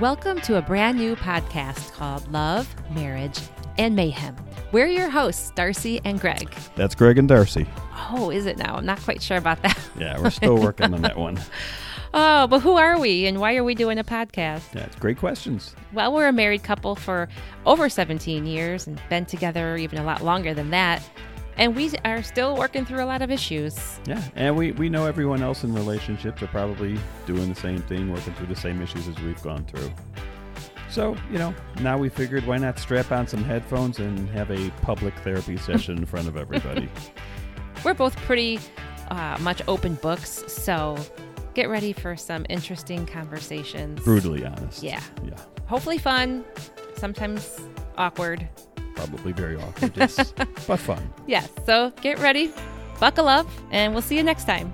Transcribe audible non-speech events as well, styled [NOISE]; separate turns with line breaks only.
Welcome to a brand new podcast called Love, Marriage, and Mayhem. We're your hosts, Darcy and Greg.
That's Greg and Darcy.
Oh, is it now? I'm not quite sure about that. [LAUGHS]
Yeah, we're still working on that [LAUGHS] one.
Oh, but who are we and why are we doing a podcast?
That's great questions.
Well, we're a married couple for over 17 years and been together even a lot longer than that. And we are still working through a lot of issues.
Yeah, and we, we know everyone else in relationships are probably doing the same thing, working through the same issues as we've gone through. So, you know, now we figured why not strap on some headphones and have a public therapy session in front of [LAUGHS] everybody.
We're both pretty uh, much open books, so get ready for some interesting conversations.
Brutally honest.
Yeah.
Yeah.
Hopefully, fun, sometimes awkward.
Probably very [LAUGHS] awkward, yes, but fun.
Yes, so get ready, buckle up, and we'll see you next time.